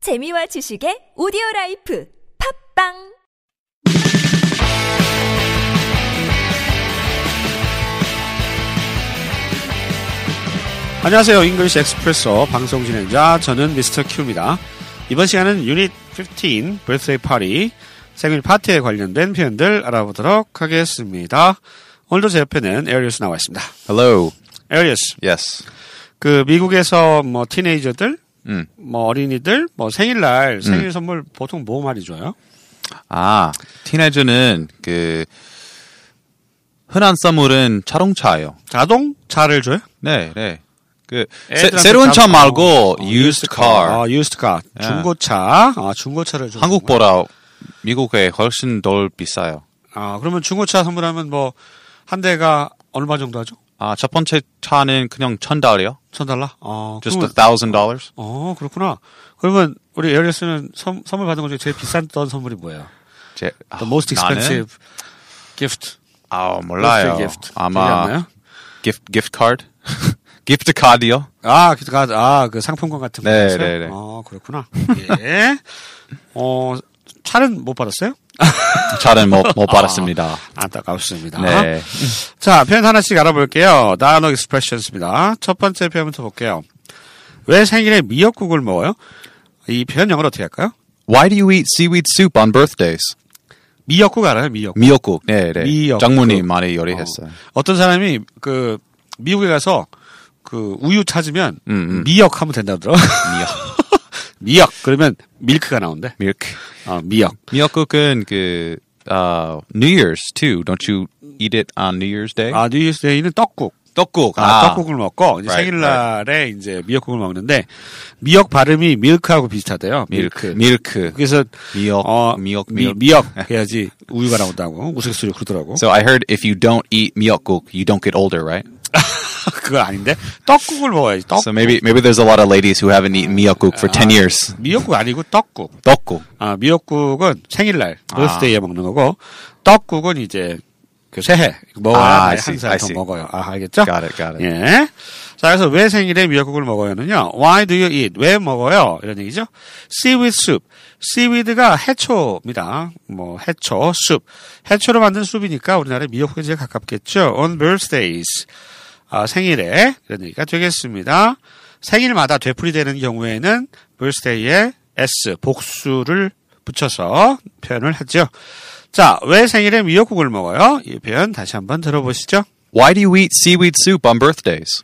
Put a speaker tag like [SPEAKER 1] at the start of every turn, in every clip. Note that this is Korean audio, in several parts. [SPEAKER 1] 재미와 지식의 오디오 라이프 팝빵
[SPEAKER 2] 안녕하세요. 잉글리시 엑스프레소 방송 진행자 저는 미스터 큐입니다. 이번 시간은 유닛 15 birthday party 생일 파티에 관련된 표현들 알아보도록 하겠습니다. 오늘도 제 옆에는 에리어스 나와 있습니다.
[SPEAKER 3] Hello.
[SPEAKER 2] 에리어스,
[SPEAKER 3] Yes.
[SPEAKER 2] 그 미국에서 뭐 티네이저들,
[SPEAKER 3] 음.
[SPEAKER 2] 뭐 어린이들, 뭐 생일날 생일 선물 보통 뭐 많이 줘요?
[SPEAKER 3] 아, 티네즈는 그 흔한 선물은 자동차예요.
[SPEAKER 2] 자동차를 줘요?
[SPEAKER 3] 네, 네. 그 새,
[SPEAKER 2] 애들한테
[SPEAKER 3] 새로운 차
[SPEAKER 2] 자동-
[SPEAKER 3] 말고
[SPEAKER 2] 어,
[SPEAKER 3] used car.
[SPEAKER 2] 아, used car.
[SPEAKER 3] 예.
[SPEAKER 2] 중고차. 아, 중고차를 줘.
[SPEAKER 3] 한국보다 미국에 훨씬 덜 비싸요.
[SPEAKER 2] 아, 그러면 중고차 선물하면 뭐 한 대가 얼마 정도 하죠?
[SPEAKER 3] 아, 첫 번째 차는 그냥 천 달러요.
[SPEAKER 2] 천 달러? 어,
[SPEAKER 3] Just
[SPEAKER 2] 그러면-
[SPEAKER 3] a thousand dollars.
[SPEAKER 2] 어, 그렇구나. 그러면 우리 에어리스는 선, 물 받은 것 중에 제일 비싼던 선물이 뭐예요?
[SPEAKER 3] 제
[SPEAKER 2] The most
[SPEAKER 3] 아, 나는?
[SPEAKER 2] expensive gift.
[SPEAKER 3] 아,
[SPEAKER 2] birthday
[SPEAKER 3] 몰라요.
[SPEAKER 2] gift. 기억이 안
[SPEAKER 3] 아마
[SPEAKER 2] 나요?
[SPEAKER 3] gift gift card. gift card요.
[SPEAKER 2] 아, 그, 아, 아, 그 상품권 같은 거.
[SPEAKER 3] 네,
[SPEAKER 2] 있어요?
[SPEAKER 3] 네, 네.
[SPEAKER 2] 어, 그렇구나. 예. 어, 차는 못 받았어요?
[SPEAKER 3] 차는
[SPEAKER 2] 아.
[SPEAKER 3] 못못 받았습니다.
[SPEAKER 2] 안타깝습니다.
[SPEAKER 3] 네.
[SPEAKER 2] 자, 표현 하나씩 알아볼게요. 단어 익스프레션스입니다. 첫 번째 표현부터 볼게요. 왜 생일에 미역국을 먹어요? 이 표현 영어로 어떻게 할까요?
[SPEAKER 3] Why do you eat seaweed soup on birthdays?
[SPEAKER 2] 미역국 알아요? 미역국.
[SPEAKER 3] 미역국. 네, 네.
[SPEAKER 2] 미역국.
[SPEAKER 3] 장모님 많이 요리했어요.
[SPEAKER 2] 어떤 사람이 그 미국에 가서 그 우유 찾으면
[SPEAKER 3] 음, 음.
[SPEAKER 2] 미역 하면 된다 더라
[SPEAKER 3] 미역.
[SPEAKER 2] 미역 그러면 밀크가 나온대.
[SPEAKER 3] 밀크.
[SPEAKER 2] 어, 미역.
[SPEAKER 3] 미역국은 그 아, New Year's too. Don't you eat it on New Year's Day?
[SPEAKER 2] 아 뉴이스데이는 떡국.
[SPEAKER 3] 떡국.
[SPEAKER 2] 아, 떡국을 먹고 이제
[SPEAKER 3] Right,
[SPEAKER 2] 생일날에 이제 미역국을 먹는데 미역 발음이 밀크하고 비슷하대요.
[SPEAKER 3] 밀크.
[SPEAKER 2] 밀크.
[SPEAKER 3] 밀크.
[SPEAKER 2] 그래서
[SPEAKER 3] 미역.
[SPEAKER 2] 어,
[SPEAKER 3] 미역.
[SPEAKER 2] 미,
[SPEAKER 3] 미역.
[SPEAKER 2] 미역 해야지 우유가 나온다고 우스갯소리 그러더라고.
[SPEAKER 3] So I heard if you don't eat 미역국, you don't get older, right?
[SPEAKER 2] 그건 아닌데 떡국을 먹어야지. 떡
[SPEAKER 3] So maybe maybe there's a lot of ladies who haven't eaten 미역국 for 10 years.
[SPEAKER 2] 미역국 아니고 떡국.
[SPEAKER 3] 떡국.
[SPEAKER 2] 아, 미역국은 생일날,
[SPEAKER 3] 아.
[SPEAKER 2] 버스데이에 먹는 거고, 떡국은 이제 그 새해
[SPEAKER 3] 아,
[SPEAKER 2] 먹어야
[SPEAKER 3] I
[SPEAKER 2] 한
[SPEAKER 3] see,
[SPEAKER 2] 살
[SPEAKER 3] I
[SPEAKER 2] 더
[SPEAKER 3] see.
[SPEAKER 2] 먹어요. 아, 알겠죠?
[SPEAKER 3] Got it, got it.
[SPEAKER 2] 예. 자, 그래서 왜 생일에 미역국을 먹어요는요. Why do you eat? 왜 먹어요? 이런 얘기죠. Seaweed soup. Seaweed가 해초입니다. 뭐 해초, soup. 해초로 만든 숲이니까 우리나라 미역국에 제일 가깝겠죠. On birthdays. 아, 생일에 이런 얘기가 되겠습니다. 생일마다 되풀이되는 경우에는 birthday에 s 복수를 붙여서 표현을 하죠. 자, 왜 생일에 미역국을 먹어요? 이 표현 다시 한번 들어보시죠.
[SPEAKER 3] Why do you eat seaweed soup on birthdays?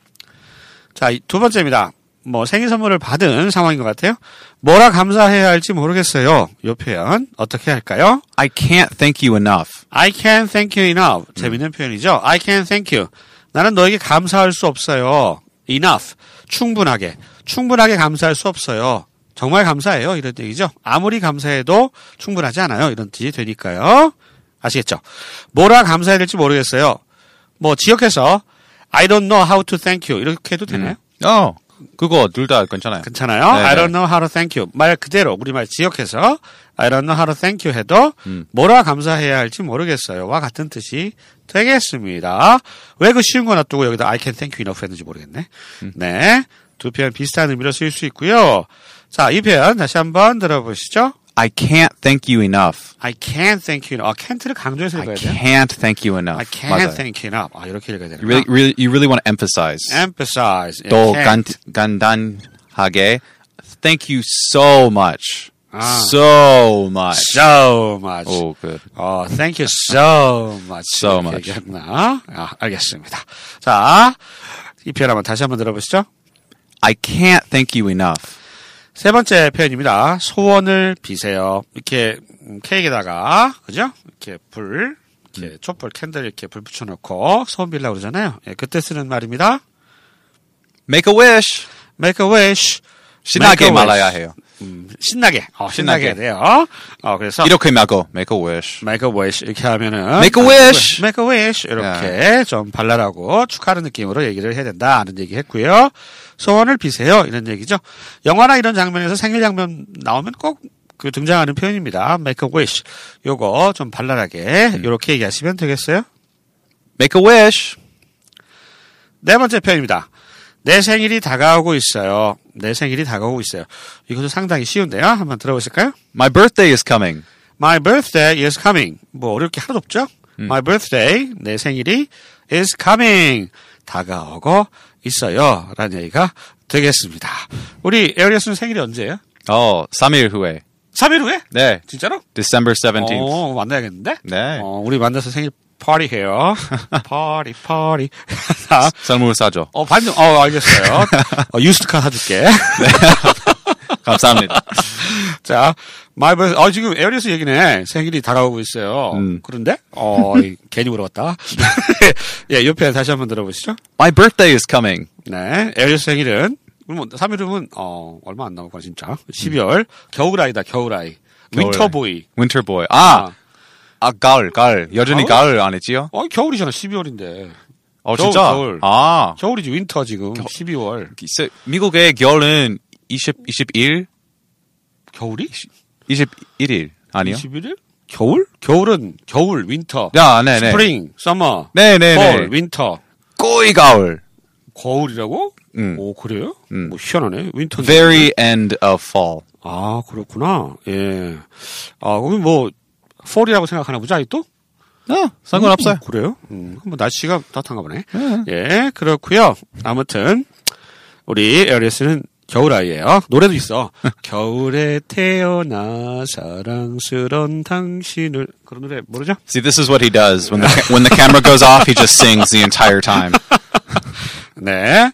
[SPEAKER 2] 자, 이두 번째입니다. 뭐 생일 선물을 받은 상황인 것 같아요. 뭐라 감사해야 할지 모르겠어요. 요 표현 어떻게 할까요?
[SPEAKER 3] I can't thank you enough.
[SPEAKER 2] I can thank you enough. 재밌는 표현이죠. I can thank you. 나는 너에게 감사할 수 없어요. Enough. 충분하게. 충분하게 감사할 수 없어요. 정말 감사해요. 이런 얘기죠. 아무리 감사해도 충분하지 않아요. 이런 뜻이 되니까요. 아시겠죠? 뭐라 감사해야 될지 모르겠어요. 뭐 지역에서 I don't know how to thank you 이렇게 해도 되나요?
[SPEAKER 3] 어. 그거 둘 다 괜찮아요.
[SPEAKER 2] 괜찮아요.
[SPEAKER 3] 네,
[SPEAKER 2] I
[SPEAKER 3] 네.
[SPEAKER 2] don't know how to thank you. 말 그대로 우리말 지역해서 I don't know how to thank you 해도
[SPEAKER 3] 음.
[SPEAKER 2] 뭐라 감사해야 할지 모르겠어요와 같은 뜻이 되겠습니다. 왜 그 쉬운 거 놔두고 여기다 I can thank you enough 했는지 모르겠네.
[SPEAKER 3] 음.
[SPEAKER 2] 네. 두 표현 비슷한 의미로 쓰일 수 있고요. 자, 이 표현 다시 한번 들어보시죠.
[SPEAKER 3] I can't thank you enough.
[SPEAKER 2] I can thank you. 아, can't를 강조해서
[SPEAKER 3] I
[SPEAKER 2] 읽어야 돼요.
[SPEAKER 3] can't thank you enough.
[SPEAKER 2] I can
[SPEAKER 3] 맞아요.
[SPEAKER 2] thank you enough. 아, 이렇게 읽어야 되나?
[SPEAKER 3] You really, really, you really want to emphasize.
[SPEAKER 2] emphasize. 예,
[SPEAKER 3] 또
[SPEAKER 2] can't.
[SPEAKER 3] 간, 간단하게 thank you so much.
[SPEAKER 2] 아.
[SPEAKER 3] So much.
[SPEAKER 2] Ah. so much.
[SPEAKER 3] Oh, good.
[SPEAKER 2] 어, thank you so much.
[SPEAKER 3] So
[SPEAKER 2] 이렇게
[SPEAKER 3] much.
[SPEAKER 2] 얘기했나? 아, 알겠습니다. 자, 이 표현 한번 다시 한번 들어보시죠.
[SPEAKER 3] I can't thank you enough.
[SPEAKER 2] 세 번째 표현입니다. 소원을 비세요. 이렇게 음, 케이크에다가 그죠? 이렇게 불,
[SPEAKER 3] 음.
[SPEAKER 2] 이렇게 촛불 캔들 이렇게 불 붙여놓고 소원 빌라 그러잖아요. 예, 그때 쓰는 말입니다.
[SPEAKER 3] Make a wish.
[SPEAKER 2] Make a wish. Make
[SPEAKER 3] 신나게
[SPEAKER 2] a wish.
[SPEAKER 3] 말아야 해요.
[SPEAKER 2] 음, 신나게. 어, 신나게,
[SPEAKER 3] 신나게.
[SPEAKER 2] 해야 돼요. 어, 그래서
[SPEAKER 3] 이렇게 말고 make a wish.
[SPEAKER 2] Make a wish 이렇게 하면은
[SPEAKER 3] Make a wish.
[SPEAKER 2] Make a wish 이렇게 좀 발랄하고 축하하는 느낌으로 얘기를 해야 된다는 얘기 했고요. 소원을 비세요 이런 얘기죠. 영화나 이런 장면에서 생일 장면 나오면 꼭 그 등장하는 표현입니다. Make a wish 요거 좀 발랄하게
[SPEAKER 3] 음.
[SPEAKER 2] 이렇게 얘기하시면 되겠어요.
[SPEAKER 3] Make a wish.
[SPEAKER 2] 네 번째 표현입니다. 내 생일이 다가오고 있어요. 내 생일이 다가오고 있어요. 이것도 상당히 쉬운데요. 한번 들어보실까요?
[SPEAKER 3] My birthday is coming.
[SPEAKER 2] My birthday is coming. 뭐 어려울 게 하나도 없죠? My birthday, 내 생일이 is coming. 다가오고 있어요. 라는 얘기가 되겠습니다. 우리 에어리어스는 생일이 언제예요?
[SPEAKER 3] Oh, 3일 후에.
[SPEAKER 2] 3일 후에?
[SPEAKER 3] 네.
[SPEAKER 2] 진짜로?
[SPEAKER 3] December 17th.
[SPEAKER 2] 어, 만나야겠는데?
[SPEAKER 3] 네.
[SPEAKER 2] 어, 우리 만나서 생일 파티해요. 파티, 파티. 자,
[SPEAKER 3] 선물 사줘.
[SPEAKER 2] 어, 반등, 어, 알겠어요. 어, 유스카 사줄게.
[SPEAKER 3] 감사합니다.
[SPEAKER 2] 자, 마이 버 어, 지금 에어리스 얘기네. 생일이 다가오고 있어요. 그런데? 어, 이, 괜히 물어봤다. 예, 옆에 다시 한번 들어보시죠.
[SPEAKER 3] My birthday is coming.
[SPEAKER 2] 네, 에어리스 생일은, 뭐, 3일이면, 어, 얼마 안 남았구나, 진짜. 12월. 겨울아이다, 겨울아이. 윈터보이.
[SPEAKER 3] Winter boy. 아, 아, 가을, 가을. 여전히 가을, 안 했지요?
[SPEAKER 2] 어, 겨울이잖아, 12월인데.
[SPEAKER 3] 어,
[SPEAKER 2] 겨울,
[SPEAKER 3] 진짜?
[SPEAKER 2] 겨울.
[SPEAKER 3] 아,
[SPEAKER 2] 겨울이지, 윈터 지금. 12월.
[SPEAKER 3] 글쎄, 미국의 겨울은 20, 21,
[SPEAKER 2] 겨울이?
[SPEAKER 3] 21일 아니요?
[SPEAKER 2] 21일? 겨울? 겨울은 겨울, 윈터.
[SPEAKER 3] 야, 네, 네.
[SPEAKER 2] 스프링, 서머.
[SPEAKER 3] 네, 네,
[SPEAKER 2] 폴,
[SPEAKER 3] 네.
[SPEAKER 2] 윈터.
[SPEAKER 3] 거의 가을.
[SPEAKER 2] 거울이라고?
[SPEAKER 3] 음.
[SPEAKER 2] 오, 그래요?
[SPEAKER 3] 음.
[SPEAKER 2] 뭐, 희한하네. 윈터.
[SPEAKER 3] Very end of fall.
[SPEAKER 2] 아, 그렇구나. 예. 아, 그럼 뭐, 폴이라고 생각하나 보자, 이 또?
[SPEAKER 3] 어, 상관없어요.
[SPEAKER 2] 음, 그래요? 음, 그럼 뭐, 날씨가 따뜻한가 보네. 예, 그렇고요 아무튼, 우리 에어리스는 겨울아이예요 노래도 있어. 겨울에 태어나 사랑스런 당신을. 그런 노래 모르죠?
[SPEAKER 3] See, this is what he does when the when the camera goes off. He just sings the entire time.
[SPEAKER 2] 네.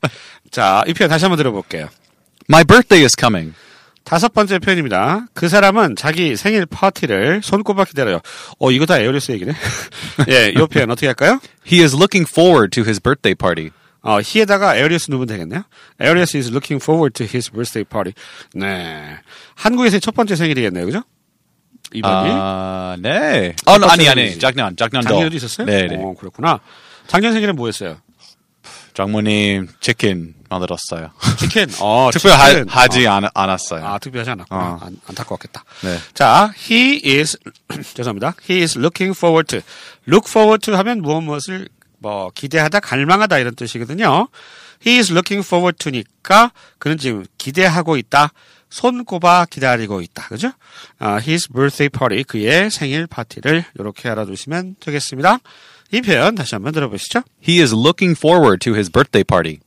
[SPEAKER 2] 자, 이 표현 다시 한번 들어볼게요.
[SPEAKER 3] My birthday is coming.
[SPEAKER 2] 다섯 번째 표현입니다. 그 사람은 자기 생일 파티를 손꼽아 기다려요. 어, 이거 다 에어리스 얘기네. 예, 이 표현 어떻게 할까요?
[SPEAKER 3] He is looking forward to his birthday party.
[SPEAKER 2] 어, he에다가 에어리스 누면 되겠네요. Arius is looking forward to his birthday party. 네. 한국에서의 첫 번째 생일이겠네요. 그죠? 이번이.
[SPEAKER 3] 아, 네. 어, no, 아니, 아니. 작년, 작년 더.
[SPEAKER 2] 작년에도 있었어요?
[SPEAKER 3] 네, 네.
[SPEAKER 2] 어, 그렇구나. 작년 생일은 뭐 했어요?
[SPEAKER 3] 장모님 치킨 만들었어요.
[SPEAKER 2] 치킨. 어, 치킨.
[SPEAKER 3] 특별하지 않 않았어요.
[SPEAKER 2] 아, 특별하지 않았구나.
[SPEAKER 3] 어.
[SPEAKER 2] 안, 안타까웠겠다.
[SPEAKER 3] 네.
[SPEAKER 2] 자, he is, 죄송합니다. he is looking forward to. look forward to 하면 무엇 무엇을 뭐, 기대하다, 갈망하다 이런 뜻이거든요. he is looking forward to니까, 그는 지금 기대하고 있다. 손꼽아 기다리고 있다. 그죠? 아, his birthday party, 그의 생일 파티를 이렇게 알아두시면 되겠습니다. 이 표현 다시 한번 들어보시죠.
[SPEAKER 3] He is looking forward to his birthday party.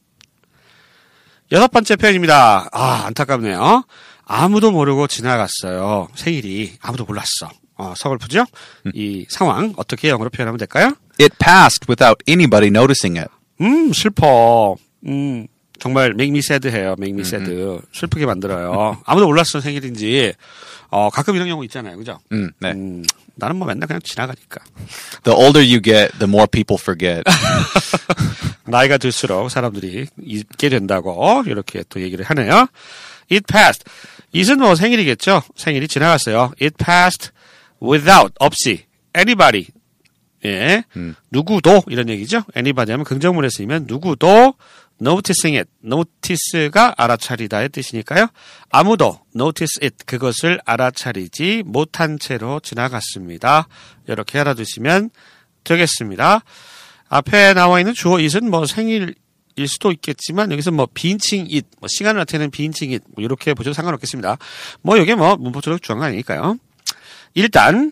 [SPEAKER 2] 여섯 번째 표현입니다. 아, 안타깝네요. 아무도 모르고 지나갔어요. 생일이 아무도 몰랐어. 어, 서글프죠? 이 상황 어떻게 영어로 표현하면 될까요?
[SPEAKER 3] It passed without anybody noticing it.
[SPEAKER 2] 음, 슬퍼. 음, 정말 make me sad 해요. make me sad. 슬프게 만들어요. 아무도 몰랐어, 생일인지. 어, 가끔 이런 경우 있잖아요. 그죠?
[SPEAKER 3] 음, 네.
[SPEAKER 2] 음, 나는 뭐 맨날 그냥 지나가니까.
[SPEAKER 3] The older you get, the more people forget.
[SPEAKER 2] 나이가 들수록 사람들이 잊게 된다고 이렇게 또 얘기를 하네요. It passed. it은 뭐 생일이겠죠. 생일이 지나갔어요. It passed without 없이 anybody 예 누구도 이런 얘기죠. anybody 하면 긍정문에 쓰이면 누구도 noticing it notice가 알아차리다의 뜻이니까요. 아무도 notice it 그것을 알아차리지 못한 채로 지나갔습니다. 이렇게 알아두시면 되겠습니다. 앞에 나와 있는 주어 it은 뭐 생일일 수도 있겠지만 여기서 뭐 빈칭 it, 뭐 시간을 나타내는 빈칭 it 뭐 이렇게 보셔도 상관없겠습니다. 뭐 이게 뭐 문법적으로 중요한 거 아니니까요. 일단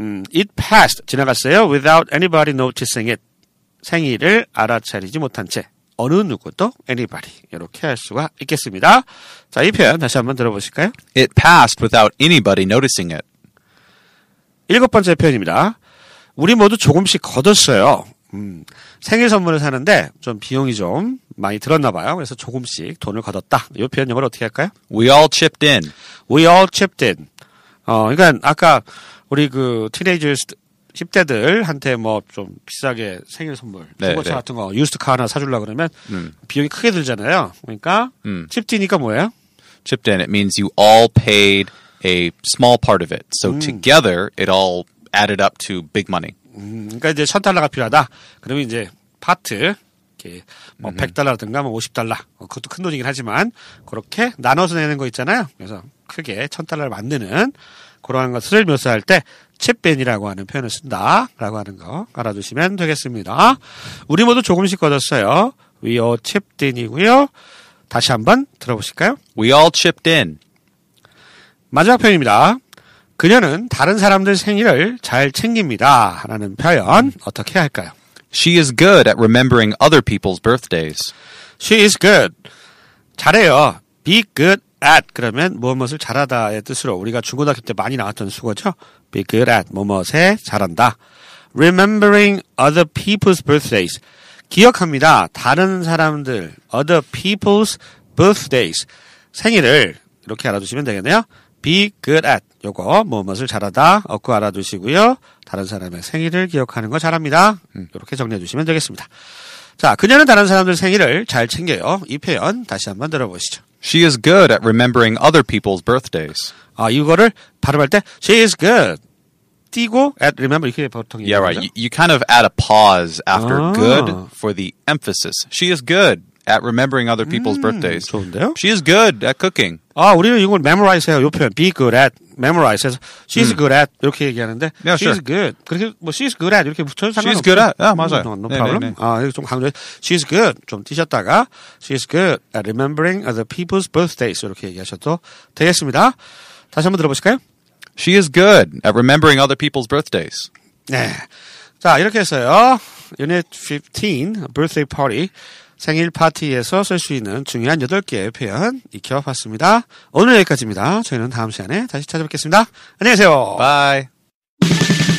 [SPEAKER 2] 음, it passed 지나갔어요. without anybody noticing it 생일을 알아차리지 못한 채 어느 누구도 anybody 이렇게 할 수가 있겠습니다. 자, 이 표현 다시 한번 들어보실까요?
[SPEAKER 3] It passed without anybody noticing it.
[SPEAKER 2] 일곱 번째 표현입니다. 우리 모두 조금씩 걷었어요. 음, 생일 선물을 사는데 좀 비용이 좀 많이 들었나 봐요. 그래서 조금씩 돈을 걷었다. 이 표현 영어로 어떻게 할까요?
[SPEAKER 3] We all chipped in.
[SPEAKER 2] We all chipped in. 어, 그러니까 아까 우리 그 티네이저스 10대들한테 뭐 좀 비싸게 생일 선물,
[SPEAKER 3] 네,
[SPEAKER 2] 중고차
[SPEAKER 3] 네.
[SPEAKER 2] 같은 거 유스트카 하나 사주려고 그러면 비용이 크게 들잖아요. 그러니까
[SPEAKER 3] 음.
[SPEAKER 2] 칩디니까 뭐예요?
[SPEAKER 3] Chipped in. It means you all paid a small part of it. So together, it all added up to big money.
[SPEAKER 2] 음, 그러니까 이제 천 달러가 필요하다. 그러면 이제 파트 이렇게 뭐 100달러라든가 뭐 50달러 그것도 큰 돈이긴 하지만 그렇게 나눠서 내는 거 있잖아요. 그래서 크게 천 달러를 만드는 그러한 것을 묘사할 때 칩벤이라고 하는 표현을 쓴다라고 하는 거 알아두시면 되겠습니다. 우리 모두 조금씩 걷었어요. We all chipped in이고요. 다시 한번 들어보실까요?
[SPEAKER 3] We all chipped in.
[SPEAKER 2] 마지막 표현입니다. 그녀는 다른 사람들 생일을 잘 챙깁니다. 라는 표현 어떻게 할까요?
[SPEAKER 3] She is good at remembering other people's birthdays.
[SPEAKER 2] She is good. 잘해요. Be good at 그러면 무엇무엇을 잘하다의 뜻으로 우리가 중고등학교 때 많이 나왔던 수거죠. Be good at 무엇에 잘한다. Remembering other people's birthdays. 기억합니다. 다른 사람들 other people's birthdays 생일을 이렇게 알아두시면 되겠네요. Be good at 요거 무엇무엇을 잘하다 얻고 알아두시고요. 다른 사람의 생일을 기억하는 거 잘합니다. 이렇게 정리해 주시면 되겠습니다. 자, 그녀는 다른 사람들 생일을 잘 챙겨요. 이 표현 다시 한번 들어보시죠.
[SPEAKER 3] She is good at remembering other people's birthdays.
[SPEAKER 2] 아, 이거를 발음할 때 she is good. 띄고 at remember 이렇게 보통
[SPEAKER 3] Yeah, right.
[SPEAKER 2] 얘기하죠.
[SPEAKER 3] You, you kind of add a pause after
[SPEAKER 2] Ah.
[SPEAKER 3] good for the emphasis. She is good at remembering other people's birthdays.
[SPEAKER 2] 좋은데요?
[SPEAKER 3] She is good at cooking.
[SPEAKER 2] 아, 우리는 이걸 memorize 해요. 요 표현 be good at memorize 해서 she is good at 이렇게 얘기하는데
[SPEAKER 3] 음. Yeah,
[SPEAKER 2] she is
[SPEAKER 3] sure.
[SPEAKER 2] good. 그렇게 뭐 she is good at 이렇게 붙여도 상관없어요.
[SPEAKER 3] She is good at. 아, 맞아요.
[SPEAKER 2] 음, no
[SPEAKER 3] 네,
[SPEAKER 2] problem.
[SPEAKER 3] 네, 네.
[SPEAKER 2] 아, 이거 좀 강조해. she is good 좀 띄셨다가 she is good at remembering other people's birthdays 이렇게 얘기하셔도 되겠습니다. 다시 한번 들어보실까요?
[SPEAKER 3] She is good at remembering other people's birthdays.
[SPEAKER 2] 네. 자, 이렇게 해서요. 유닛 15 birthday party 생일 파티에서 쓸 수 있는 중요한 8개의 표현 익혀봤습니다.
[SPEAKER 3] Oh.
[SPEAKER 2] 오늘 여기까지입니다. 저희는 다음 시간에 다시 찾아뵙겠습니다. 안녕히 계세요.
[SPEAKER 3] Bye.